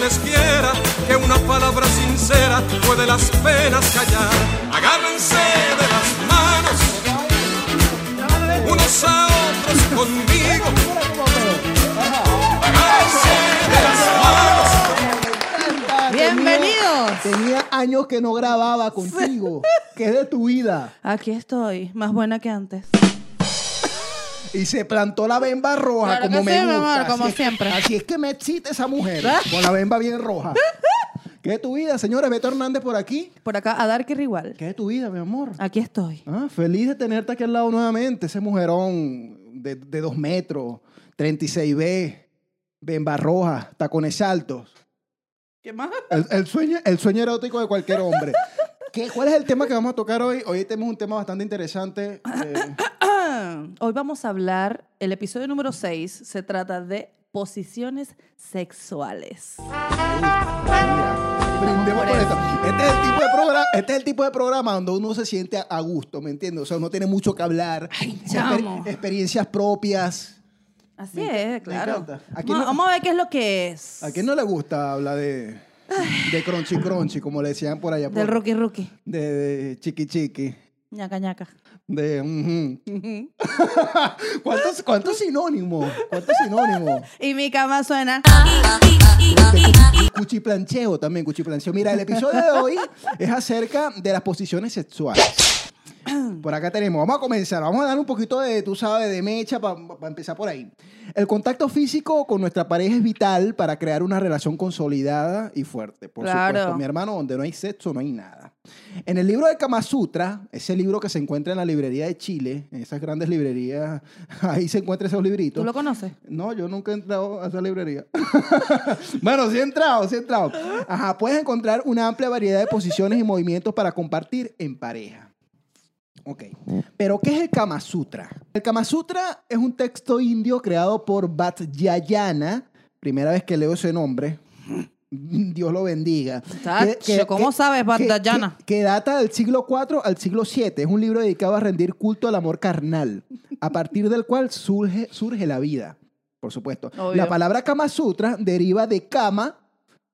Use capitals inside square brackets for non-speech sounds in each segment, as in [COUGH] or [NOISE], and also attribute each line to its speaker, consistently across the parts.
Speaker 1: les quiera, que una palabra sincera puede las penas callar. Agárrense de las manos, unos a otros conmigo. Agárrense de las manos.
Speaker 2: Bienvenidos.
Speaker 3: Tenía años que no grababa contigo. ¿Qué es de tu vida?
Speaker 2: Aquí estoy, más buena que antes.
Speaker 3: Y se plantó la bemba roja
Speaker 2: Claro
Speaker 3: como
Speaker 2: que
Speaker 3: me
Speaker 2: sí, mi
Speaker 3: gusta.
Speaker 2: amor,
Speaker 3: Así
Speaker 2: como
Speaker 3: es-
Speaker 2: siempre. Ah.
Speaker 3: Así es que me excita esa mujer con la bemba bien
Speaker 2: [LAUGHS]
Speaker 3: roja. ¿Qué es tu vida, señora? Beto Hernández por aquí.
Speaker 2: Por acá, a Darker igual.
Speaker 3: ¿Qué es tu vida, mi amor?
Speaker 2: Aquí estoy.
Speaker 3: Ah, feliz de tenerte aquí al lado nuevamente, ese mujerón de, de dos metros, 36B, bemba roja, tacones altos.
Speaker 2: ¿Qué más?
Speaker 3: El, el sueño, el sueño erótico de cualquier hombre. ¿Qué, ¿Cuál es el tema que vamos a tocar hoy? Hoy tenemos un tema bastante interesante. eh,
Speaker 2: Hoy vamos a hablar, el episodio número 6 se trata de posiciones sexuales.
Speaker 3: Mira, brindemos
Speaker 2: Por
Speaker 3: por
Speaker 2: eso.
Speaker 3: esto. Este es, el tipo de programa, este es el tipo de programa donde uno se siente a- a gusto, ¿me entiendes? O sea, uno tiene mucho que hablar.
Speaker 2: chamo.
Speaker 3: experiencias propias.
Speaker 2: Así
Speaker 3: Me enca- me
Speaker 2: es, claro.
Speaker 3: encanta. ¿A quién no-
Speaker 2: Vamos, vamos a ver qué es lo que es.
Speaker 3: ¿A quién no le gusta hablar de, de crunchy crunchy, como le decían por allá? por-
Speaker 2: Del rookie rookie.
Speaker 3: de, de chiqui chiqui. [LAUGHS]
Speaker 2: Ñaca ñaca.
Speaker 3: De, ujú. ¿Cuántos, ¿Cuántos sinónimos? ¿Cuántos sinónimos?
Speaker 2: Y mi cama suena.
Speaker 3: Ah. Cuchiplancheo también, cuchiplancheo. Mira, el episodio de hoy es acerca de las posiciones sexuales. Por acá tenemos, vamos a comenzar, vamos a dar un poquito de, tú sabes, de mecha para empezar por ahí. El contacto físico con nuestra pareja es vital para crear una relación consolidada y fuerte. Por
Speaker 2: Claro.
Speaker 3: supuesto, mi hermano, donde no hay sexo no hay nada. En el libro de Kama Sutra, ese libro que se encuentra en la librería de Chile, en esas grandes librerías, [LAUGHS] ahí se encuentran esos libritos.
Speaker 2: ¿Tú lo conoces?
Speaker 3: No, yo nunca he entrado a esa librería. [LAUGHS] bueno, sí he entrado, sí he entrado. Ajá, puedes encontrar una amplia variedad de posiciones y movimientos para compartir en pareja. Ok. Pero, ¿qué es el Kama Sutra? El Kama Sutra es un texto indio creado por Vatsyayana. Primera vez que leo ese nombre. Dios lo bendiga.
Speaker 2: Tacho, ¿cómo sabes,
Speaker 3: que-
Speaker 2: Vatsyayana?
Speaker 3: Que, que data del siglo IV al siglo VII. Es un libro dedicado a rendir culto al amor carnal, a partir del cual surge, surge la vida. Por supuesto.
Speaker 2: Obvio.
Speaker 3: La palabra Kama Sutra deriva de Kama,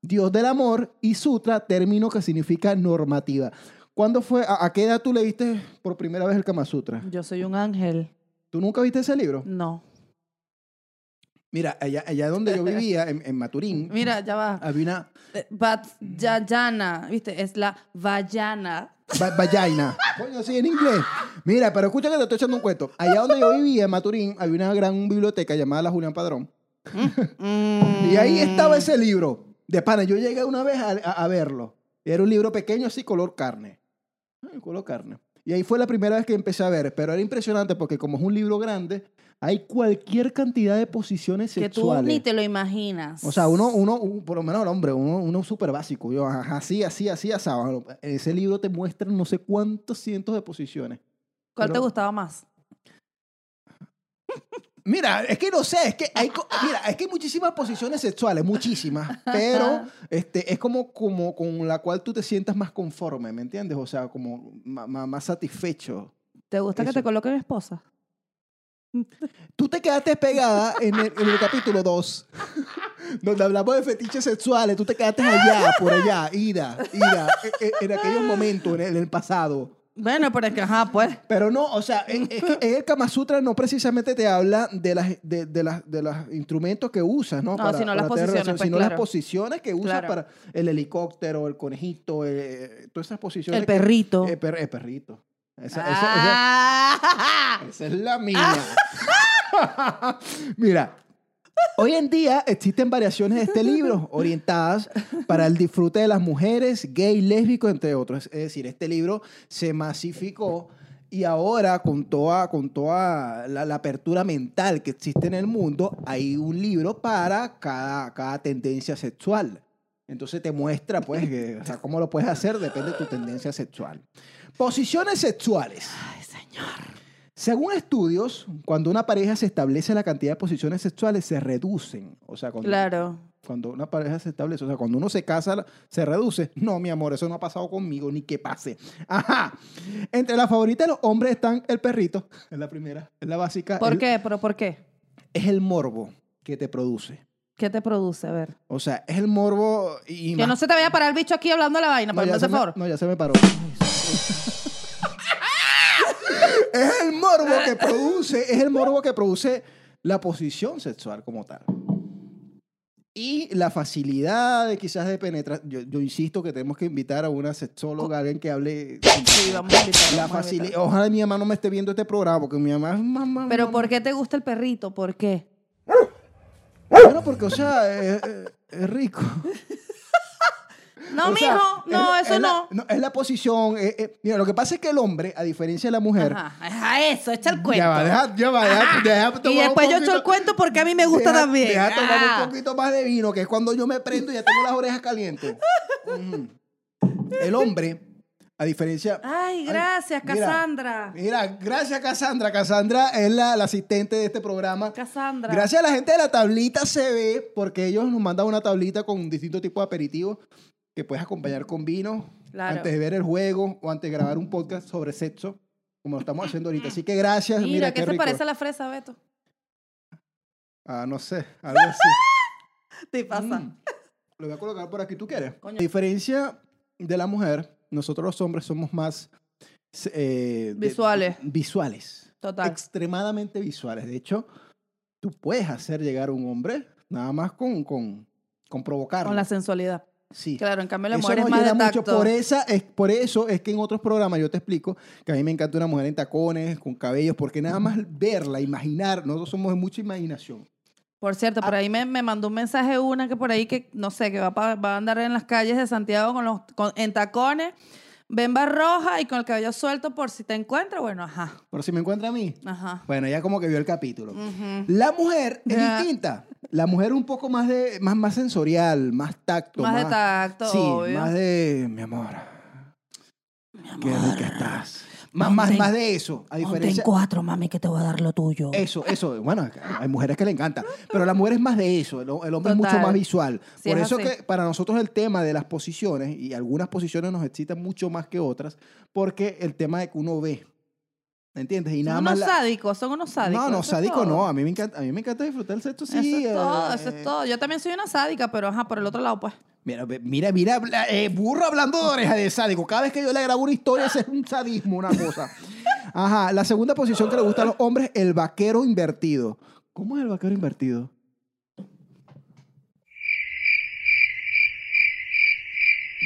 Speaker 3: Dios del amor, y Sutra, término que significa normativa. ¿Cuándo fue, a, a qué edad tú leíste por primera vez el Kama Sutra?
Speaker 2: Yo soy un ángel.
Speaker 3: ¿Tú nunca viste ese libro?
Speaker 2: No.
Speaker 3: Mira, allá, allá donde yo vivía, en, en
Speaker 2: [LAUGHS]
Speaker 3: Maturín,
Speaker 2: Mira, ya va.
Speaker 3: había una
Speaker 2: Eh, Vatsyayana, ¿viste? Es la vallana.
Speaker 3: va- vallaina. Coño, sí, en inglés. Mira, pero escucha que te estoy echando un cuento. Allá donde yo vivía, en Maturín, había una gran biblioteca llamada la Julián Padrón. Y ahí
Speaker 2: Mm,
Speaker 3: estaba ese libro. De pana, yo llegué una vez a, a- a verlo. Y era un libro pequeño, así, color carne. Ay, color carne. Y ahí fue la primera vez que empecé a ver. Pero era impresionante porque como es un libro grande, hay cualquier cantidad de posiciones
Speaker 2: que tú
Speaker 3: sexuales.
Speaker 2: ni te lo imaginas.
Speaker 3: eh. O sea, uno, uno, un- por lo menos el hombre, uno, uno súper básico. Yo, ajá, así, así, así, asado. Ese libro te muestra no sé cuántos cientos de posiciones.
Speaker 2: ¿Cuál te
Speaker 3: pero-
Speaker 2: gustaba más?
Speaker 3: Mira, es que no sé, es que hay, co- mira, es que hay muchísimas posiciones sexuales, muchísimas, pero este, es como, como con la cual tú te sientas más conforme, ¿me entiendes? O sea, como ma- ma- más satisfecho.
Speaker 2: ¿Te gusta que
Speaker 3: Eso.
Speaker 2: te coloque mi esposa?
Speaker 3: Tú te quedaste pegada en el, en el capítulo 2, [LAUGHS] donde hablamos de fetiches sexuales, tú te quedaste allá, por allá, ida, ida, en, en aquellos momentos, en el- en el pasado.
Speaker 2: Bueno, pero es que, ajá, pues.
Speaker 3: Pero no, o sea, es, es que en el Kama Sutra no precisamente te habla de las de, de las de los instrumentos que usas, ¿no?
Speaker 2: No, sino las
Speaker 3: tener
Speaker 2: posiciones, pues,
Speaker 3: sino las
Speaker 2: claro.
Speaker 3: posiciones que usas
Speaker 2: Claro.
Speaker 3: para el helicóptero, el conejito, eh, todas esas posiciones.
Speaker 2: El
Speaker 3: que-
Speaker 2: perrito.
Speaker 3: el, per- el perrito. Esa, esa- esa-
Speaker 2: Ah.
Speaker 3: [LAUGHS] esa es la mía. [LAUGHS] Mira. Hoy en día existen variaciones de este libro orientadas para el disfrute de las mujeres, gay, lésbico, entre otros. Es decir, este libro se masificó y ahora con toda, con toda la, la apertura mental que existe en el mundo, hay un libro para cada, cada tendencia sexual. Entonces te muestra, pues, que, o sea, cómo lo puedes hacer, depende de tu tendencia sexual. Posiciones sexuales.
Speaker 2: Ay, señor.
Speaker 3: Según estudios, cuando una pareja se establece la cantidad de posiciones sexuales, se reducen. O sea, cuando,
Speaker 2: Claro.
Speaker 3: cuando una pareja se establece, o sea, cuando uno se casa, la- se reduce. No, mi amor, eso no ha pasado conmigo, ni que pase. Ajá. Entre las favoritas de los hombres están el perrito, es la primera, es la básica.
Speaker 2: ¿Por
Speaker 3: el-
Speaker 2: qué? ¿Pero por qué?
Speaker 3: Es el morbo que te produce.
Speaker 2: ¿Qué te produce? A ver.
Speaker 3: O sea, es el morbo y
Speaker 2: Que
Speaker 3: más.
Speaker 2: no se te vaya a parar el bicho aquí hablando la vaina, por
Speaker 3: ya se me-
Speaker 2: favor.
Speaker 3: no, ya se me paró. [LAUGHS] es el morbo que produce, es el morbo que produce la posición sexual como tal. Y la facilidad de quizás de penetrar. Yo, yo insisto que tenemos que invitar a una sexóloga, alguien que hable.
Speaker 2: Sí, vamos
Speaker 3: La
Speaker 2: a invitar, vamos a invitar.
Speaker 3: facilidad. Ojalá mi mamá no me esté viendo este programa, porque mi mamá es mamá.
Speaker 2: Pero
Speaker 3: mamá.
Speaker 2: ¿por qué te gusta el perrito? ¿Por qué?
Speaker 3: Bueno, porque, o sea, es, es- es rico.
Speaker 2: No,
Speaker 3: O
Speaker 2: mijo,
Speaker 3: sea,
Speaker 2: no,
Speaker 3: es-
Speaker 2: eso
Speaker 3: es la-
Speaker 2: no.
Speaker 3: Es la posición. eh, eh, mira, lo que pasa es que el hombre, a diferencia de la mujer,
Speaker 2: Ajá, ajá, eso, echa el cuento.
Speaker 3: Ya va, deja, ya va, deja- deja tomar
Speaker 2: Ah, y
Speaker 3: un
Speaker 2: después yo echo
Speaker 3: poquito-
Speaker 2: el cuento porque a mí me gusta
Speaker 3: deja-
Speaker 2: también.
Speaker 3: Deja tomar
Speaker 2: Ah.
Speaker 3: un poquito más de vino, que es cuando yo me prendo y ya tengo las orejas calientes. Ujú. El hombre, a diferencia...
Speaker 2: Ay, gracias,
Speaker 3: mira,
Speaker 2: Cassandra.
Speaker 3: Mira, gracias Cassandra. Cassandra es la, la asistente de este programa.
Speaker 2: Cassandra.
Speaker 3: Gracias a la gente de la tablita se ve, porque ellos nos mandan una tablita con distintos tipos de aperitivos que puedes acompañar con vino
Speaker 2: Claro.
Speaker 3: antes de ver el juego o antes de grabar un podcast sobre sexo, como lo estamos haciendo ahorita. Así que gracias.
Speaker 2: Mira,
Speaker 3: Mira,
Speaker 2: ¿qué,
Speaker 3: qué
Speaker 2: se
Speaker 3: rico.
Speaker 2: parece a la fresa, Beto?
Speaker 3: Ah, no sé, algo así. [LAUGHS]
Speaker 2: Te pasa.
Speaker 3: Mm. Lo voy a colocar por aquí, ¿tú quieres?
Speaker 2: Coño.
Speaker 3: A diferencia de la mujer, nosotros los hombres somos más... eh, de-
Speaker 2: Visuales.
Speaker 3: visuales.
Speaker 2: Total.
Speaker 3: Extremadamente visuales. De hecho, tú puedes hacer llegar a un hombre nada más con, con, con provocarlo.
Speaker 2: Con la sensualidad.
Speaker 3: Sí.
Speaker 2: Claro, en cambio la
Speaker 3: Eso
Speaker 2: mujer
Speaker 3: nos
Speaker 2: es más de
Speaker 3: llena mucho.
Speaker 2: tacto.
Speaker 3: Por, esa, es, por eso es que en otros programas yo te explico que a mí me encanta una mujer en tacones, con cabellos, porque nada más verla, imaginar, nosotros somos de mucha imaginación.
Speaker 2: Por cierto,
Speaker 3: Ah.
Speaker 2: por ahí me, me mandó un mensaje una que por ahí que, no sé, que va, pa- va a andar en las calles de Santiago con los, con- en tacones, bemba roja y con el cabello suelto por si te encuentra. Bueno, ajá,
Speaker 3: Pero si me encuentra a mí,
Speaker 2: ajá.
Speaker 3: bueno, ya como que vio el capítulo.
Speaker 2: Ujú.
Speaker 3: La mujer es
Speaker 2: Ya.
Speaker 3: distinta. La mujer un poco más de más, más sensorial, más tacto.
Speaker 2: Más de tacto,
Speaker 3: Sí,
Speaker 2: obvio.
Speaker 3: más de mi amor. Qué rica estás. Más, más,
Speaker 2: Ponte en-
Speaker 3: más de eso. A diferencia.
Speaker 2: cuatro, mami, que te voy a dar lo tuyo.
Speaker 3: Eso, eso. Bueno, hay mujeres que le encanta. Pero la mujer es más de eso. El, el hombre es
Speaker 2: Total.
Speaker 3: mucho más visual.
Speaker 2: Sí,
Speaker 3: Por
Speaker 2: es
Speaker 3: eso
Speaker 2: así.
Speaker 3: que para nosotros el tema de las posiciones, y algunas posiciones nos excitan mucho más que otras, porque el tema de que uno ve. ¿Entiendes? Y
Speaker 2: Son
Speaker 3: nada
Speaker 2: unos
Speaker 3: más. la-
Speaker 2: sádicos, son unos sádicos.
Speaker 3: no, no,
Speaker 2: eso es
Speaker 3: sádico
Speaker 2: todo.
Speaker 3: no. A mí, me encanta, a mí me encanta disfrutar el sexo, sí.
Speaker 2: eso es todo,
Speaker 3: eh,
Speaker 2: eso es todo. Yo también soy una sádica, pero ajá, por el otro lado, pues.
Speaker 3: Mira, ve- mira, mira, bla- eh, burro hablando de oreja de sádico. Cada vez que yo le grabo una historia, ese es un sadismo, una cosa. Ajá, la segunda posición que le gusta a los hombres, el vaquero invertido. ¿Cómo es el vaquero invertido?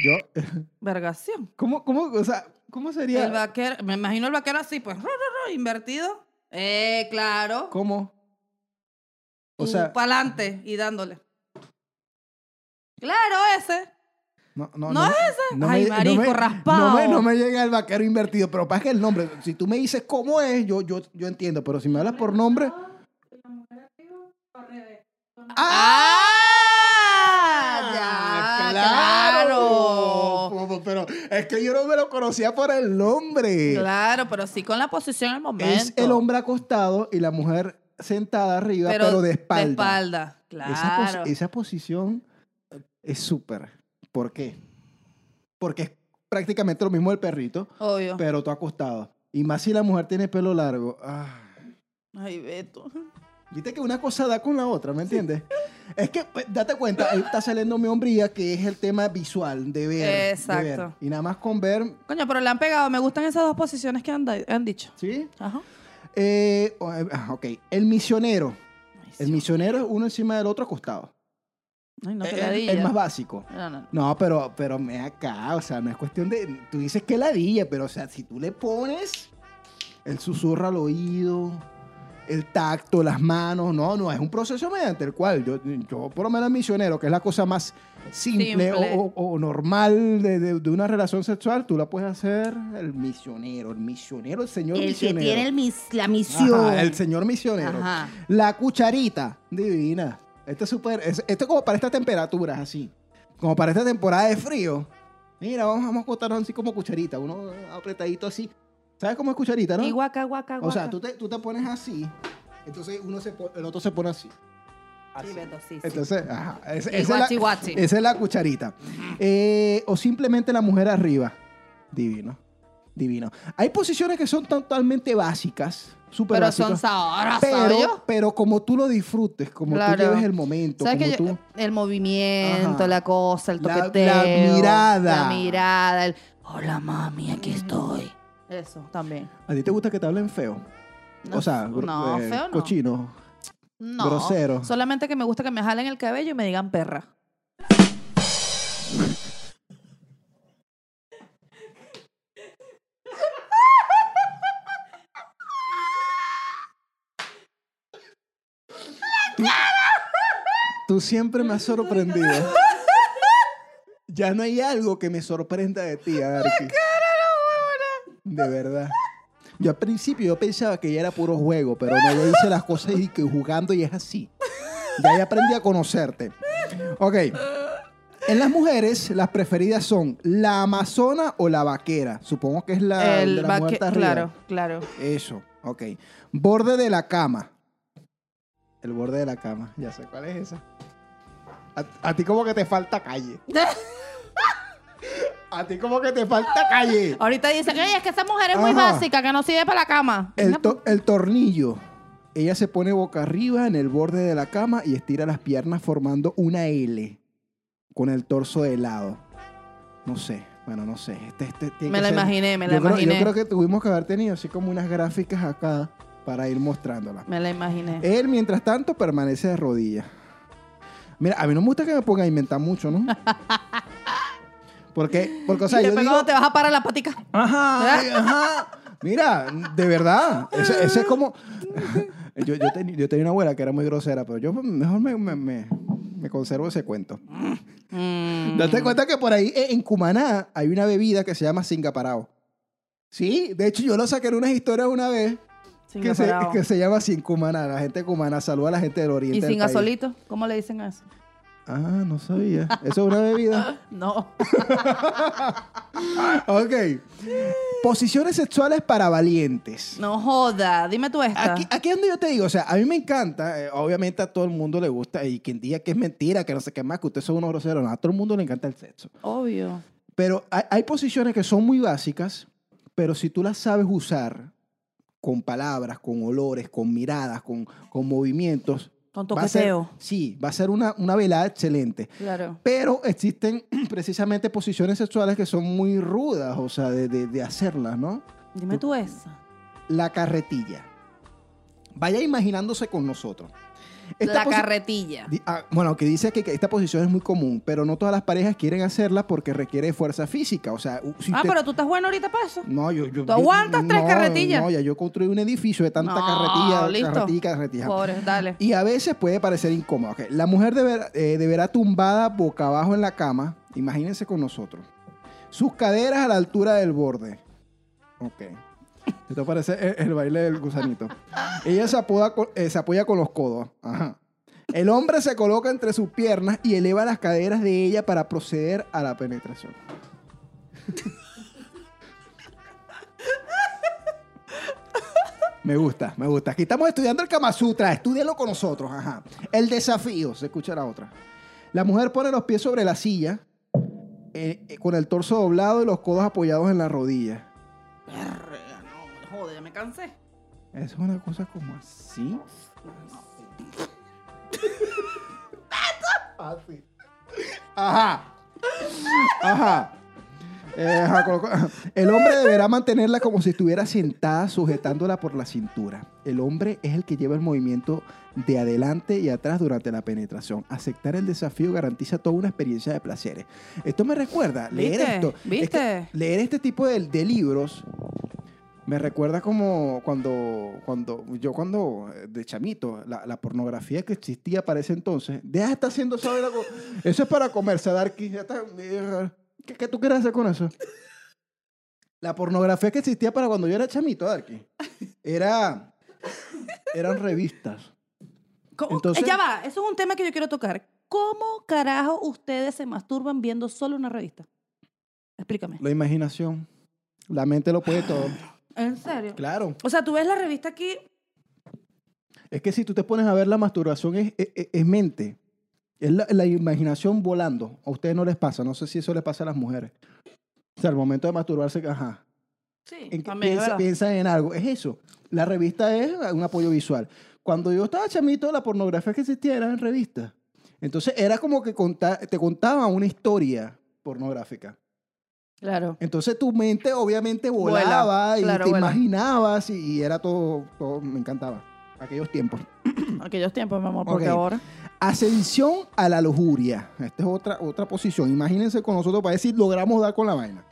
Speaker 3: Yo,
Speaker 2: Vergación.
Speaker 3: ¿cómo, cómo, o sea, ¿cómo sería?
Speaker 2: El vaquero, me imagino el vaquero así, pues, ru, ru, ru, invertido. Eh, claro.
Speaker 3: ¿Cómo? O sea,
Speaker 2: para adelante y dándole. Claro, ese.
Speaker 3: no,
Speaker 2: ¿no
Speaker 3: no,
Speaker 2: es ese? Ay, marico, raspado.
Speaker 3: No me, no me llega el vaquero invertido, pero pasa que el nombre, si tú me dices cómo es, yo, yo, yo entiendo, pero si me hablas por nombre.
Speaker 2: ¡Ah! Ya, claro.
Speaker 3: Como- Pero es que yo no me lo conocía por el nombre.
Speaker 2: Claro, pero sí con la posición en el momento.
Speaker 3: eh, Es el hombre acostado y la mujer sentada arriba, pero, de espalda.
Speaker 2: De espalda, claro.
Speaker 3: Esa, pos- esa posición eh, es súper. ¿Por qué? Porque es prácticamente lo mismo del perrito,
Speaker 2: Obvio.
Speaker 3: pero tú acostado. Y más si la mujer tiene pelo largo. Ah.
Speaker 2: Ay, Beto.
Speaker 3: Viste que una cosa da con la otra, ¿me entiendes? Es que, pues, date cuenta, ahí está saliendo mi hombría, que es el tema visual, de ver. de
Speaker 2: Exacto.
Speaker 3: ver. Y nada más con ver,
Speaker 2: Coño, pero le han pegado. Me gustan esas dos posiciones que han, da- han dicho.
Speaker 3: ¿sí?
Speaker 2: Ajá.
Speaker 3: Eh, o- eh, ah, ok, el misionero. El misionero es uno encima del otro acostado. Eh,
Speaker 2: Ay, no,
Speaker 3: Es
Speaker 2: qué
Speaker 3: el,
Speaker 2: ladilla.
Speaker 3: el más básico.
Speaker 2: No, no, no.
Speaker 3: No, pero, pero me acá, o sea, no es cuestión de. Tú dices que ladilla, pero, o sea, si tú le pones el susurro al oído, el tacto, las manos, no, no, es un proceso mediante el cual yo, yo por lo menos, el misionero, que es la cosa más simple, o-
Speaker 2: Simple.
Speaker 3: O, o normal de, de- de una relación sexual, tú la puedes hacer el misionero, el misionero, el señor
Speaker 4: El que
Speaker 3: misionero.
Speaker 4: tiene el mis- la
Speaker 3: Ajá,
Speaker 4: misión.
Speaker 3: el señor misionero.
Speaker 2: Ajá.
Speaker 3: La cucharita, divina. Esto es súper. es- Esto es como para estas temperaturas, así. Como para esta temporada de frío. Mira, vamos, vamos a cortarnos así como cucharita, uno apretadito así. ¿Sabes cómo es cucharita, no?
Speaker 2: Y guaca, guaca, guaca.
Speaker 3: o sea, tú te, tú te pones así, entonces uno se po- el otro se pone así.
Speaker 2: Sí, Beto, sí, sí.
Speaker 3: Entonces, ajá. es-
Speaker 2: Y
Speaker 3: esa, es
Speaker 2: guachi,
Speaker 3: la,
Speaker 2: guachi.
Speaker 3: esa es la cucharita. Eh, o simplemente la mujer arriba. Divino. Divino. Hay posiciones que son totalmente básicas. súper
Speaker 2: Pero son
Speaker 3: básicas.
Speaker 2: sabrosos,
Speaker 3: Pero,
Speaker 2: yo.
Speaker 3: pero como tú lo disfrutes, como tú
Speaker 2: Claro.
Speaker 3: lleves el momento,
Speaker 2: ¿Sabes
Speaker 3: como
Speaker 2: que yo-
Speaker 3: tú...
Speaker 2: el movimiento,
Speaker 3: Ajá.
Speaker 2: la cosa, el
Speaker 3: La- la
Speaker 2: toqueteo.
Speaker 3: mirada.
Speaker 2: La mirada, el hola mami, aquí estoy. Eso también.
Speaker 3: ¿A ti te gusta que te hablen feo?
Speaker 2: No,
Speaker 3: o sea, gr-
Speaker 2: no,
Speaker 3: eh,
Speaker 2: feo no.
Speaker 3: cochino.
Speaker 2: No.
Speaker 3: Grosero.
Speaker 2: Solamente que me gusta que me jalen el cabello y me digan perra.
Speaker 3: Tú siempre me has sorprendido.
Speaker 2: [LAUGHS]
Speaker 3: ya no hay algo que me sorprenda de ti, Adarki. De verdad. Yo al principio yo pensaba que ya era puro juego, pero no, ya hice las cosas y que jugando y es así. Ya, ya aprendí a conocerte. Ok. En las mujeres, las preferidas son la amazona o la vaquera. Supongo que es la Ah, de
Speaker 2: el
Speaker 3: la
Speaker 2: vaque-
Speaker 3: muerta arriba.
Speaker 2: Claro, claro.
Speaker 3: Eso, ok. Borde de la cama. El borde de la cama, ya sé cuál es esa. A, a ti como que te falta calle.
Speaker 2: [LAUGHS]
Speaker 3: A ti como que te falta calle.
Speaker 2: Ahorita dicen, oye, es que esa mujer es muy
Speaker 3: Ajá.
Speaker 2: básica, que no sirve para la cama.
Speaker 3: El,
Speaker 2: Venga,
Speaker 3: to- el tornillo. Ella se pone boca arriba en el borde de la cama y estira las piernas formando una L con el torso de lado. No sé, bueno, no sé. Este, este tiene
Speaker 2: Me
Speaker 3: que
Speaker 2: la
Speaker 3: ser-
Speaker 2: imaginé, me la
Speaker 3: yo creo-
Speaker 2: imaginé.
Speaker 3: yo creo que tuvimos que haber tenido así como unas gráficas acá para ir mostrándolas.
Speaker 2: Me la imaginé.
Speaker 3: Él, mientras tanto, permanece de rodillas. Mira, a mí no me gusta que me ponga a inventar mucho,
Speaker 2: [LAUGHS]
Speaker 3: ¿no? Porque, porque o sea,
Speaker 2: y
Speaker 3: yo
Speaker 2: después
Speaker 3: digo...
Speaker 2: cuando te vas a parar la patica.
Speaker 3: Ajá,
Speaker 2: [LAUGHS]
Speaker 3: ay, ajá. Mira, de verdad, ese, ese es como... [LAUGHS] Yo, yo, teni- yo tenía una abuela que era muy grosera, pero yo mejor me, me- me- me conservo ese cuento.
Speaker 2: Mm.
Speaker 3: Date cuenta que por ahí, eh, en Cumaná, hay una bebida que se llama Singaparao. Sí, de hecho yo lo saqué en unas historias una vez
Speaker 2: Sin
Speaker 3: que se,
Speaker 2: afarao.
Speaker 3: que se llama Sin Cumaná. La gente de Cumaná saluda a la gente del oriente
Speaker 2: Y
Speaker 3: del
Speaker 2: sin
Speaker 3: país.
Speaker 2: gasolito, ¿cómo le dicen a eso?
Speaker 3: Ah, no sabía. Eso es una bebida.
Speaker 2: No.
Speaker 3: Ok.
Speaker 2: [LAUGHS]
Speaker 3: Posiciones sexuales para valientes.
Speaker 2: No joda, dime tú esta.
Speaker 3: Aquí, aquí es donde yo te digo, o sea, a mí me encanta, eh, obviamente a todo el mundo le gusta, y quien diga que es mentira, que no sé qué más, que ustedes son unos groseros, no, a todo el mundo le encanta el sexo.
Speaker 2: Obvio.
Speaker 3: Pero hay, hay posiciones que son muy básicas, pero si tú las sabes usar con palabras, con olores, con miradas, con, con movimientos,
Speaker 2: Con
Speaker 3: va a ser-
Speaker 2: toqueteo.
Speaker 3: sí, va a ser una, una velada excelente.
Speaker 2: Claro.
Speaker 3: Pero existen [CLEARS THROAT] precisamente posiciones sexuales que son muy rudas, o sea, de, de- de hacerlas, ¿no?
Speaker 2: Dime tú esa.
Speaker 3: La carretilla. Vaya imaginándose con nosotros. Esta
Speaker 2: la
Speaker 3: posi-
Speaker 2: carretilla.
Speaker 3: Di- ah, bueno, que dice que, que esta posición es muy común, pero no todas las parejas quieren hacerla porque requiere fuerza física. O sea, u- si
Speaker 2: Ah,
Speaker 3: usted-
Speaker 2: pero tú estás bueno ahorita para eso.
Speaker 3: No, yo, yo-
Speaker 2: ¿Tú
Speaker 3: yo-
Speaker 2: aguantas tres
Speaker 3: no,
Speaker 2: carretillas?
Speaker 3: No, ya yo construí un edificio de tanta
Speaker 2: No,
Speaker 3: carretilla,
Speaker 2: listo.
Speaker 3: carretilla, y carretilla.
Speaker 2: Pobre, dale.
Speaker 3: Y a veces puede parecer incómodo. Ok, La mujer deberá, eh, deberá tumbada boca abajo en la cama. Imagínense con nosotros. Sus caderas a la altura del borde. Ok. Esto parece el, el baile del gusanito. Ella se, apoda con- eh, se apoya con los codos. Ajá. El hombre se coloca entre sus piernas y eleva las caderas de ella para proceder a la penetración. Me gusta, me gusta. Aquí estamos estudiando el Kama Sutra. Estúdialo con nosotros. Ajá. El desafío. Se escucha la otra. La mujer pone los pies sobre la silla, eh, eh, con el torso doblado y los codos apoyados en la rodilla.
Speaker 2: Verga, no, joder, ya me cansé.
Speaker 3: Es una cosa como así. Así. Ajá. Ajá. Eh, ajá, coloco- El hombre deberá mantenerla como si estuviera sentada, sujetándola por la cintura. El hombre es el que lleva el movimiento de adelante y atrás durante la penetración. Aceptar el desafío garantiza toda una experiencia de placeres. Esto me recuerda, leer
Speaker 2: ¿Viste?
Speaker 3: esto. es
Speaker 2: ¿Viste?
Speaker 3: que leer este tipo de, de libros me recuerda como cuando, cuando yo cuando eh, de chamito, la, la pornografía que existía para ese entonces, deja de estar haciendo esa vaina con- Eso es para comerse, Darky. ya está, eh, ¿Qué, ¿Qué tú quieres hacer con eso? La pornografía que existía para cuando yo era chamito, Darky, era, eran revistas.
Speaker 2: ¿Cómo?
Speaker 3: Entonces-
Speaker 2: Eh, ya va, eso es un tema que yo quiero tocar. ¿Cómo carajo ustedes se masturban viendo solo una revista? Explícame.
Speaker 3: La imaginación. La mente lo puede todo.
Speaker 2: ¿En serio?
Speaker 3: Claro.
Speaker 2: O sea, tú ves la revista aquí.
Speaker 3: Es que si tú te pones a ver la masturbación es, es- es- es mente. Es la, la imaginación volando. A ustedes no les pasa. No sé si eso les pasa a las mujeres. O sea, al momento de masturbarse, ajá.
Speaker 2: Sí,
Speaker 3: en que
Speaker 2: también, es
Speaker 3: piensa,
Speaker 2: verdad.
Speaker 3: piensa en algo. Es eso. La revista es un apoyo visual. Cuando yo estaba chamito, la pornografía que existía era en revistas. Entonces era como que conta- te contaban una historia pornográfica.
Speaker 2: Claro.
Speaker 3: Entonces tu mente obviamente
Speaker 2: Vuela,
Speaker 3: volaba y
Speaker 2: claro,
Speaker 3: te
Speaker 2: vuela.
Speaker 3: imaginabas y, y era todo, todo, me encantaba. Aquellos tiempos.
Speaker 2: Aquellos tiempos, mi amor, porque
Speaker 3: Ok.
Speaker 2: ahora.
Speaker 3: Ascensión a la lujuria. Esta es otra, otra posición. Imagínense con nosotros para decir, logramos dar con la vaina.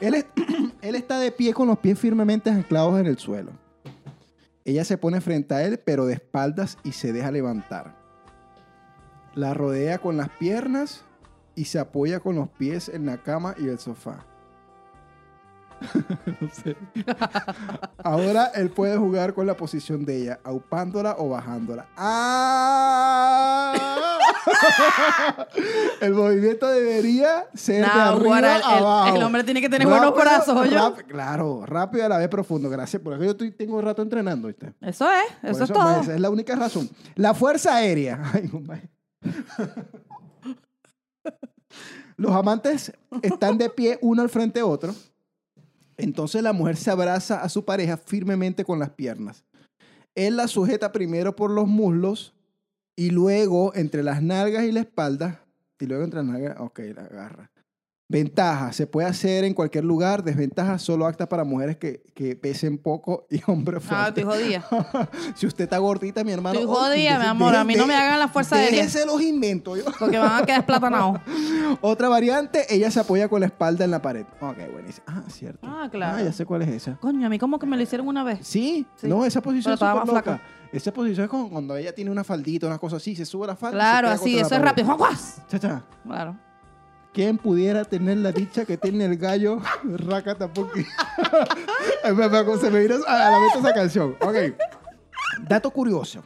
Speaker 3: él, es- [CLEARS THROAT] él está de pie con los pies firmemente anclados en el suelo. Ella se pone frente a él, pero de espaldas y se deja levantar. La rodea con las piernas y se apoya con los pies en la cama y el sofá. [LAUGHS] No sé. Ahora él puede jugar con la posición de ella, aupándola o bajándola. ¡Ah! [LAUGHS] El movimiento debería ser de
Speaker 2: Nah,
Speaker 3: arriba
Speaker 2: guara, el-
Speaker 3: a
Speaker 2: el-
Speaker 3: abajo.
Speaker 2: el hombre tiene que tener buenos brazos, ¿oyó?
Speaker 3: rap- claro, rápido a la vez profundo. Gracias, por eso yo estoy- tengo un rato entrenando. ¿oíste?
Speaker 2: Eso es, eso,
Speaker 3: Por
Speaker 2: es todo.
Speaker 3: pues, esa es la única razón. La Fuerza Aérea. [LAUGHS] Ay, compadre. Los amantes están de pie uno al frente de otro. Entonces la mujer se abraza a su pareja firmemente con las piernas. Él la sujeta primero por los muslos y luego entre las nalgas y la espalda. Y luego entre las nalgas, ok, la agarra. Ventaja, se puede hacer en cualquier lugar. Desventaja, solo acta para mujeres que, que pesen poco y [LAUGHS] hombres fuertes.
Speaker 2: Ah, estoy jodida.
Speaker 3: Si usted está gordita, mi hermano.
Speaker 2: Estoy
Speaker 3: oh,
Speaker 2: jodida, mi
Speaker 3: deje-
Speaker 2: amor. A mí no me
Speaker 3: deje-
Speaker 2: hagan la fuerza aérea.
Speaker 3: Déjese los inventos. yo.
Speaker 2: Porque van
Speaker 3: [LAUGHS]
Speaker 2: a quedar esplatanados.
Speaker 3: Otra variante, ella se apoya con la espalda en la pared. Ok, buenísimo. Ah, cierto.
Speaker 2: Ah, claro.
Speaker 3: ya sé cuál es esa.
Speaker 2: Coño, a mí como que me lo hicieron una vez.
Speaker 3: Sí,
Speaker 2: Sí.
Speaker 3: no, esa posición
Speaker 2: Pero
Speaker 3: es
Speaker 2: estaba
Speaker 3: súper
Speaker 2: más
Speaker 3: loca.
Speaker 2: flaca.
Speaker 3: Esa posición es como cuando ella tiene una faldita, una cosa así, se sube la falda. y se
Speaker 2: Claro,
Speaker 3: pega
Speaker 2: así,
Speaker 3: contra la
Speaker 2: eso es
Speaker 3: pared.
Speaker 2: rápido. ¡Guaguas!
Speaker 3: Cha, cha.
Speaker 2: Claro.
Speaker 3: ¿Quién pudiera tener la dicha que tiene el gallo [LAUGHS] Rakata Puki? Ay, [LAUGHS] me- me- se me vino a a la mente esa canción. Ok. Dato curioso.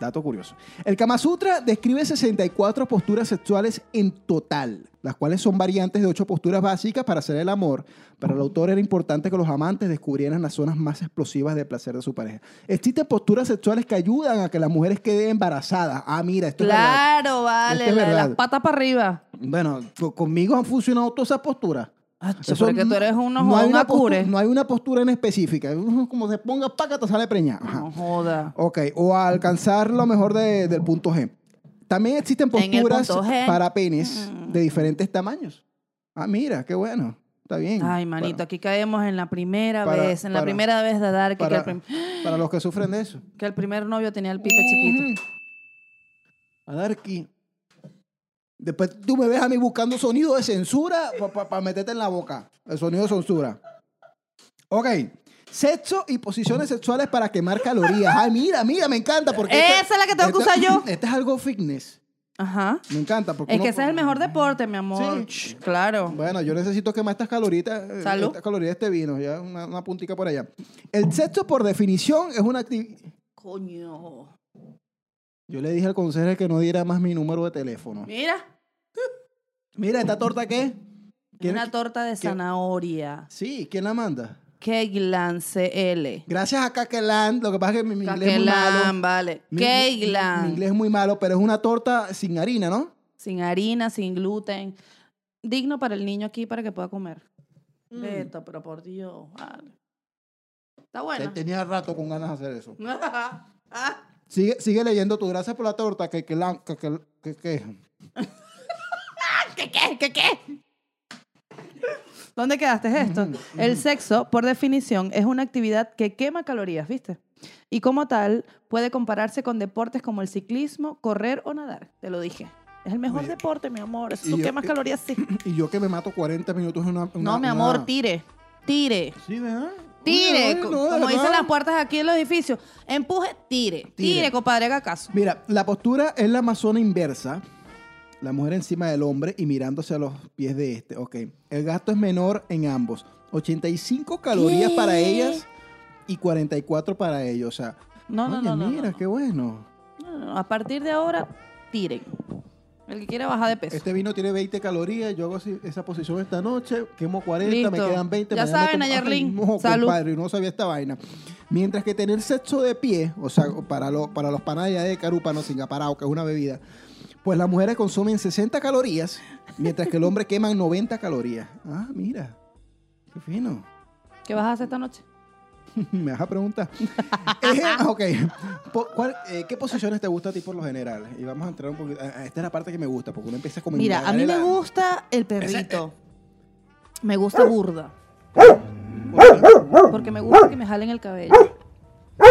Speaker 3: Dato curioso. El Kama Sutra describe 64 posturas sexuales en total, las cuales son variantes de 8 posturas básicas para hacer el amor. Para el autor era importante que los amantes descubrieran las zonas más explosivas de placer de su pareja. Existen posturas sexuales que ayudan a que las mujeres queden embarazadas. Ah, mira, esto es verdad.
Speaker 2: Claro, vale.
Speaker 3: Esto es
Speaker 2: la de
Speaker 3: verdad.
Speaker 2: las patas para arriba.
Speaker 3: Bueno, co- conmigo han funcionado todas esas posturas.
Speaker 2: Acho,
Speaker 3: Ah, Eso
Speaker 2: pero que tú
Speaker 3: n-
Speaker 2: eres uno,
Speaker 3: no hay
Speaker 2: un
Speaker 3: una postura-
Speaker 2: acure.
Speaker 3: No hay una postura en específica. Uno Como se ponga paca, te sale preñada. Ajá.
Speaker 2: No joda.
Speaker 3: Ok, o a alcanzar lo mejor de- del punto G. También existen
Speaker 2: En el
Speaker 3: posturas
Speaker 2: punto G. Mm.
Speaker 3: para penes de diferentes tamaños. Ah, mira, qué bueno. Está bien.
Speaker 2: Ay, manito,
Speaker 3: Para-
Speaker 2: aquí caemos en la primera
Speaker 3: Para-
Speaker 2: vez, en la
Speaker 3: para-
Speaker 2: primera vez de dar que, que
Speaker 3: Para,
Speaker 2: el prim-
Speaker 3: para los que sufren de eso.
Speaker 2: que el primer novio tenía el pipe chiquito.
Speaker 3: Ujú. A dar aquí. Después tú me ves a mí buscando sonido de censura para meterte en la boca. El sonido de censura. Ok. Sexo y posiciones sexuales para quemar calorías. Ay, mira, mira, me encanta porque...
Speaker 2: Esa es la que tengo que
Speaker 3: esta-
Speaker 2: usar yo.
Speaker 3: [CLEARS THROAT] Esta es algo fitness.
Speaker 2: Ajá.
Speaker 3: Me encanta porque...
Speaker 2: Es
Speaker 3: uno-
Speaker 2: que ese es el mejor deporte, mi amor.
Speaker 3: Sí.
Speaker 2: Ch, Claro.
Speaker 3: [CLEARS THROAT] Bueno, yo necesito quemar estas caloritas, eh,
Speaker 2: Salud.
Speaker 3: estas calorías de este vino, ya una, una puntica por allá. El sexo, por definición, es una actividad...
Speaker 2: Coño.
Speaker 3: Yo le dije al consejero que no diera más mi número de teléfono.
Speaker 2: Mira,
Speaker 3: Mira, ¿esta torta qué?
Speaker 2: es
Speaker 3: ¿Quién-
Speaker 2: una torta de zanahoria.
Speaker 3: Sí, ¿quién la manda?
Speaker 2: Keglan CL.
Speaker 3: Gracias a Caquelán, lo que pasa es que mi, mi inglés es muy malo.
Speaker 2: Keglan, vale.
Speaker 3: Mi- Mi, mi
Speaker 2: Keglan.
Speaker 3: inglés es muy malo, pero es una torta sin harina, ¿no?
Speaker 2: Sin harina, sin gluten. Digno para el niño aquí para que pueda comer.
Speaker 3: Mm.
Speaker 2: Beto, pero por Dios. vale.
Speaker 3: Te-
Speaker 2: Está bueno.
Speaker 3: Tenía rato con ganas de hacer eso.
Speaker 2: Ah,
Speaker 3: Sigue, sigue leyendo tú. Gracias por la torta, Caquelán, Caquel- que- que-
Speaker 2: [LAUGHS] ¿Qué, qué, qué, qué? ¿Dónde quedaste esto? El sexo, por definición, es una actividad que quema calorías, ¿viste? Y como tal, puede compararse con deportes como el ciclismo, correr o nadar. Te lo dije. Es el mejor
Speaker 3: Oye,
Speaker 2: deporte, mi amor. Eso
Speaker 3: y
Speaker 2: tú
Speaker 3: yo-
Speaker 2: quemas calorías,
Speaker 3: [CLEARS THROAT]
Speaker 2: sí.
Speaker 3: Y yo que me mato 40 minutos en una... una-
Speaker 2: no, mi amor,
Speaker 3: una-
Speaker 2: tire. Tire.
Speaker 3: Sí, ¿verdad?
Speaker 2: Tire.
Speaker 3: Oye, oye,
Speaker 2: co-
Speaker 3: no, de
Speaker 2: como dicen
Speaker 3: verdad.
Speaker 2: las puertas aquí en los edificios. Empuje, tire. Tire,
Speaker 3: Tire.
Speaker 2: compadre, haga caso.
Speaker 3: Mira, la postura es la amazona inversa. La mujer encima del hombre y mirándose a los pies de este. Ok. El gasto es menor en ambos. 85 calorías
Speaker 2: ¿Qué?
Speaker 3: para ellas y 44 para ellos. O sea,
Speaker 2: No, no,
Speaker 3: oye,
Speaker 2: no, no, no,
Speaker 3: mira,
Speaker 2: no.
Speaker 3: qué bueno.
Speaker 2: No, no, no. A partir de ahora, tiren. El que quiera bajar de peso.
Speaker 3: Este vino tiene 20 calorías. Yo hago así- esa posición esta noche. Quemo 40, me
Speaker 2: Listo.
Speaker 3: quedan 20.
Speaker 2: Ya
Speaker 3: mañana
Speaker 2: saben,
Speaker 3: como- Ay,
Speaker 2: Ayerlin,
Speaker 3: no,
Speaker 2: salud.
Speaker 3: compadre, no sabía esta vaina. Mientras que tener sexo de pie, o sea, para, lo- para los panallas de carúpano sin aparado, que es una bebida, pues las mujeres consumen 60 calorías, mientras que el hombre quema 90 calorías. Ah, mira. Qué fino. [LAUGHS]
Speaker 2: ¿Qué vas a hacer esta noche?
Speaker 3: Me vas a
Speaker 2: [LAUGHS]
Speaker 3: preguntar. Eh, ok. Po- ¿cuál- eh, ¿Qué posiciones te gusta a ti por lo general? Y vamos a entrar un poquito. ah, Esta es la parte que me gusta, porque uno empieza como
Speaker 2: Mira, a
Speaker 3: indagar
Speaker 2: mí
Speaker 3: en
Speaker 2: me
Speaker 3: la-
Speaker 2: gusta
Speaker 3: eh.
Speaker 2: el perrito. Me gusta burda. Porque me gusta que me jalen el cabello.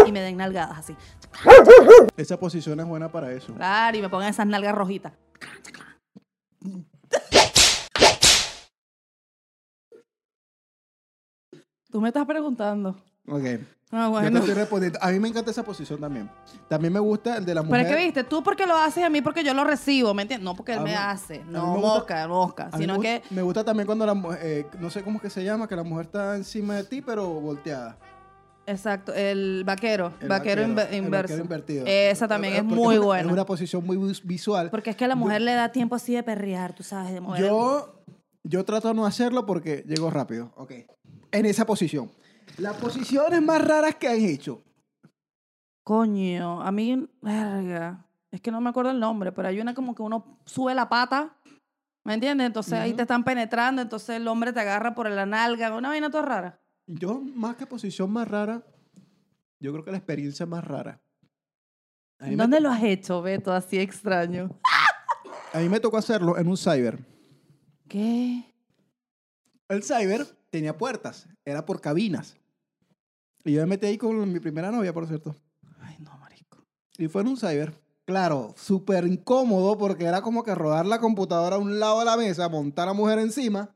Speaker 2: Y me den nalgadas así.
Speaker 3: Esa posición es buena para eso.
Speaker 2: Claro, y me pongan esas nalgas rojitas. Tú me estás preguntando.
Speaker 3: Ok. Yo
Speaker 2: Ah,
Speaker 3: te
Speaker 2: bueno.
Speaker 3: estoy respondiendo. A mí me encanta esa posición también. También me gusta el de la
Speaker 2: Pero
Speaker 3: mujer.
Speaker 2: es que viste, tú porque lo haces y a mí porque yo lo recibo, ¿me entiendes? No porque él
Speaker 3: A mí-
Speaker 2: me
Speaker 3: a
Speaker 2: hace,
Speaker 3: mí me
Speaker 2: no
Speaker 3: gusta-
Speaker 2: mosca, mosca,
Speaker 3: A mí
Speaker 2: sino
Speaker 3: me,
Speaker 2: que
Speaker 3: gusta, me gusta también cuando la mujer, eh, no sé cómo es que se llama, que la mujer está encima de ti, pero volteada.
Speaker 2: Exacto, el vaquero,
Speaker 3: El
Speaker 2: vaquero, inver-
Speaker 3: el
Speaker 2: inverso.
Speaker 3: vaquero invertido.
Speaker 2: Esa también
Speaker 3: Eh,
Speaker 2: es
Speaker 3: porque
Speaker 2: muy
Speaker 3: una-
Speaker 2: buena.
Speaker 3: Es una posición muy vis- visual.
Speaker 2: Porque es que a la mujer le da tiempo así de perrear, tú sabes, de mover. el-
Speaker 3: Yo, yo trato de no hacerlo porque llego rápido. Ok. En esa posición. Las posiciones más raras que han hecho.
Speaker 2: Coño, a mí, verga, es que no me acuerdo el nombre, pero hay una como que uno sube la pata, ¿me entiendes? Entonces ahí
Speaker 3: Ujú.
Speaker 2: te están penetrando, entonces el hombre te agarra por la nalga, una vaina toda rara.
Speaker 3: Yo, más que posición más rara, yo creo que la experiencia más rara. A mí me
Speaker 2: ¿Dónde lo has hecho, Beto, así extraño?
Speaker 3: A mí me tocó hacerlo en un cyber.
Speaker 2: ¿Qué?
Speaker 3: El cyber tenía puertas, era por cabinas. Y yo me metí ahí con mi primera novia, por cierto.
Speaker 2: Ay, no, marico.
Speaker 3: Y fue en un cyber. Claro, súper incómodo porque era como que rodar la computadora a un lado de la mesa, montar a la mujer encima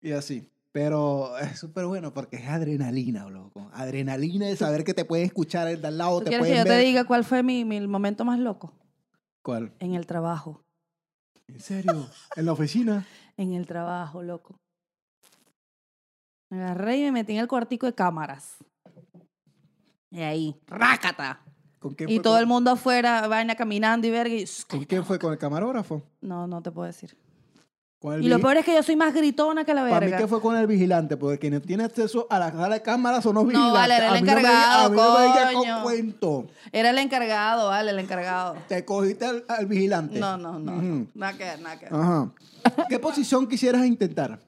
Speaker 3: y así. Pero es súper bueno porque es adrenalina, loco. Adrenalina de saber que te pueden escuchar el de al lado,
Speaker 2: ¿Tú
Speaker 3: te
Speaker 2: quieres
Speaker 3: pueden
Speaker 2: que yo
Speaker 3: ver.
Speaker 2: te diga cuál fue mi, mi momento más loco?
Speaker 3: ¿Cuál?
Speaker 2: En el trabajo.
Speaker 3: ¿En serio? ¿En la oficina?
Speaker 2: en el trabajo, loco. Me agarré y me metí en el cuartico de cámaras. Y ahí, rácata.
Speaker 3: ¿Con quién
Speaker 2: Y
Speaker 3: fue
Speaker 2: todo
Speaker 3: con-
Speaker 2: el mundo afuera, vaina caminando y verga. y-
Speaker 3: ¿Con quién fue? ¿Con el camarógrafo?
Speaker 2: No, no te puedo decir.
Speaker 3: ¿Con el
Speaker 2: Y lo
Speaker 3: vi-
Speaker 2: peor es que yo soy más gritona que la
Speaker 3: Para mí
Speaker 2: verga.
Speaker 3: que fue con el vigilante, porque quien tiene acceso a la sala de cámara son los vigilantes.
Speaker 2: No, vale, era el
Speaker 3: A mí no me-
Speaker 2: encargado,
Speaker 3: a mí no me digas con
Speaker 2: coño.
Speaker 3: cuento.
Speaker 2: Era el encargado, vale, el encargado.
Speaker 3: Te cogiste al, al vigilante.
Speaker 2: No, no, no.
Speaker 3: Ujú.
Speaker 2: no. Nada que ver, nada que ver.
Speaker 3: Ajá. ¿Qué posición quisieras intentar?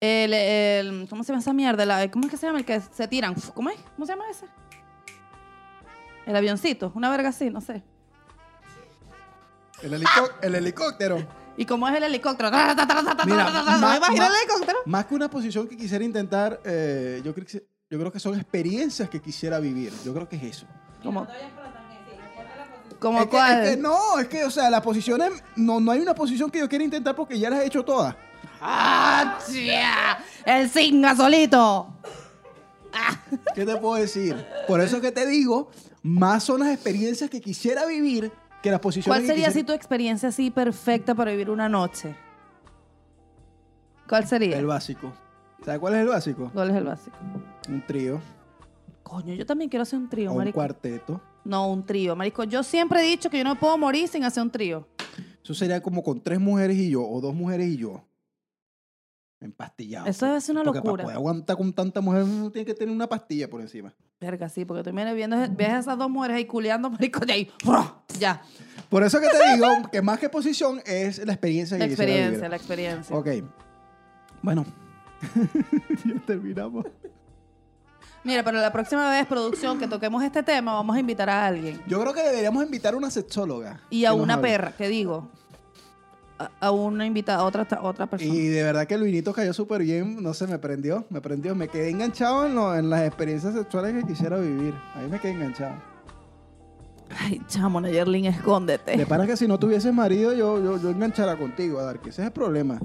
Speaker 2: El, el- ¿Cómo se llama esa mierda? La- ¿Cómo es que se llama? El que se tiran. ¿Cómo es? ¿Cómo se llama ese? El avioncito, una verga así, no sé.
Speaker 3: El, helicó- el
Speaker 2: [LAUGHS]
Speaker 3: helicóptero.
Speaker 2: ¿Y cómo es el helicóptero? [LAUGHS] Mira,
Speaker 3: ma-
Speaker 2: imagina el
Speaker 3: ma-
Speaker 2: helicóptero.
Speaker 3: Más que una posición que quisiera intentar, eh, yo, creo que, se- yo creo que son experiencias que quisiera vivir. Yo creo que es eso.
Speaker 2: Como, como
Speaker 3: Es que-
Speaker 2: cuál.
Speaker 3: es que no, es que, o sea, las posiciones, no, no hay una posición que yo quiera intentar porque ya las he hecho todas.
Speaker 2: ¡Ah, tía! El singa solito.
Speaker 3: ¿Qué te puedo decir? Por eso es que te digo, más son las experiencias que quisiera vivir que las posiciones
Speaker 2: ¿Cuál
Speaker 3: que
Speaker 2: sería así
Speaker 3: quisiera-
Speaker 2: tu experiencia así perfecta para vivir una noche? ¿Cuál sería?
Speaker 3: El básico. ¿Sabes cuál es el básico?
Speaker 2: ¿Cuál es el básico?
Speaker 3: Un trío
Speaker 2: Coño, yo también quiero hacer un trío,
Speaker 3: o un
Speaker 2: marico.
Speaker 3: cuarteto.
Speaker 2: no, un trío, marico. Yo siempre he dicho que yo no me puedo morir sin hacer un trío.
Speaker 3: Eso sería como con tres mujeres y yo, o dos mujeres y yo. Empastillado.
Speaker 2: Eso debe ser una
Speaker 3: Porque
Speaker 2: locura.
Speaker 3: Para poder aguantar con tanta mujer, uno tiene que tener una pastilla por encima.
Speaker 2: Verga, sí, porque tú vienes viendo, ves a esas dos mujeres ahí culeando, marico, de ahí. Ya.
Speaker 3: Por eso que te digo que más que posición es la experiencia que
Speaker 2: La
Speaker 3: quisiera vivir.
Speaker 2: experiencia, la experiencia.
Speaker 3: Ok. Bueno. [LAUGHS] ya terminamos.
Speaker 2: Mira, pero la próxima vez, producción, que toquemos este tema, vamos a invitar a alguien.
Speaker 3: Yo creo que deberíamos invitar a una sexóloga.
Speaker 2: Y
Speaker 3: que
Speaker 2: a
Speaker 3: nos
Speaker 2: una
Speaker 3: hable.
Speaker 2: perra, que digo. A, a una invitada, a otra, a otra persona.
Speaker 3: Y de verdad que Luinito cayó súper bien, no sé, me prendió, me prendió, me quedé enganchado en, lo- en las experiencias sexuales que quisiera vivir. Ahí me quedé enganchado.
Speaker 2: Ay, chamo, Nayerlin,
Speaker 3: De
Speaker 2: escóndete.
Speaker 3: para que si no tuvieses marido, yo, yo, yo enganchara contigo, dar que ese es el problema.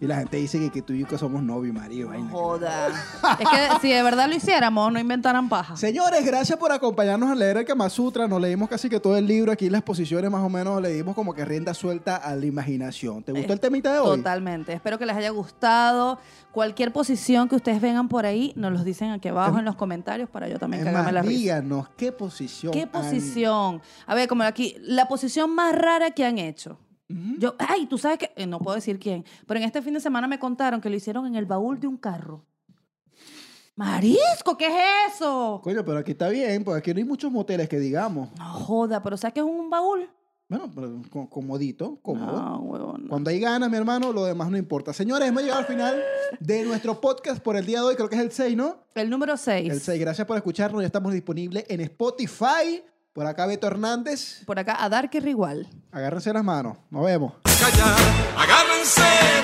Speaker 3: Y la gente dice que, que tú y yo que somos novio y marido.
Speaker 2: No
Speaker 3: vaina.
Speaker 2: joda. es que si de verdad lo hiciéramos, no inventaran paja.
Speaker 3: Señores, gracias por acompañarnos a leer el Kama Sutra. Nos leímos casi que todo el libro. Aquí las posiciones más o menos le dimos como que rienda suelta a la imaginación. ¿Te gustó el temita de hoy?
Speaker 2: Eh, Totalmente. Espero que les haya gustado. Cualquier posición que ustedes vengan por ahí, nos los dicen aquí abajo en los comentarios para yo también
Speaker 3: Es
Speaker 2: cagarme la
Speaker 3: más,
Speaker 2: risa.
Speaker 3: díganos, ¿qué posición?
Speaker 2: ¿Qué
Speaker 3: han-
Speaker 2: posición? A ver, como aquí, la posición más rara que han hecho. Yo, ay, tú sabes que, eh, no puedo decir quién, pero en este fin de semana me contaron que lo hicieron en el baúl de un carro. Marisco, ¿qué es eso?
Speaker 3: pues Coño, pero aquí está bien, porque aquí no hay muchos moteles que digamos.
Speaker 2: No joda, pero ¿sabes qué es un baúl?
Speaker 3: Bueno, pero co- comodito, cómodo.
Speaker 2: No, huevón. no.
Speaker 3: Cuando hay ganas, mi hermano, lo demás no importa. Señores, hemos llegado al final de nuestro podcast por el día de hoy. Creo que es el 6, ¿no?
Speaker 2: El número 6.
Speaker 3: El 6. Gracias por escucharnos. Ya estamos disponibles en Spotify. Por acá, Beto Hernández.
Speaker 2: Por acá, a Darker Rigual.
Speaker 3: Agárrense las manos. Nos vemos.
Speaker 1: callar, agárrense de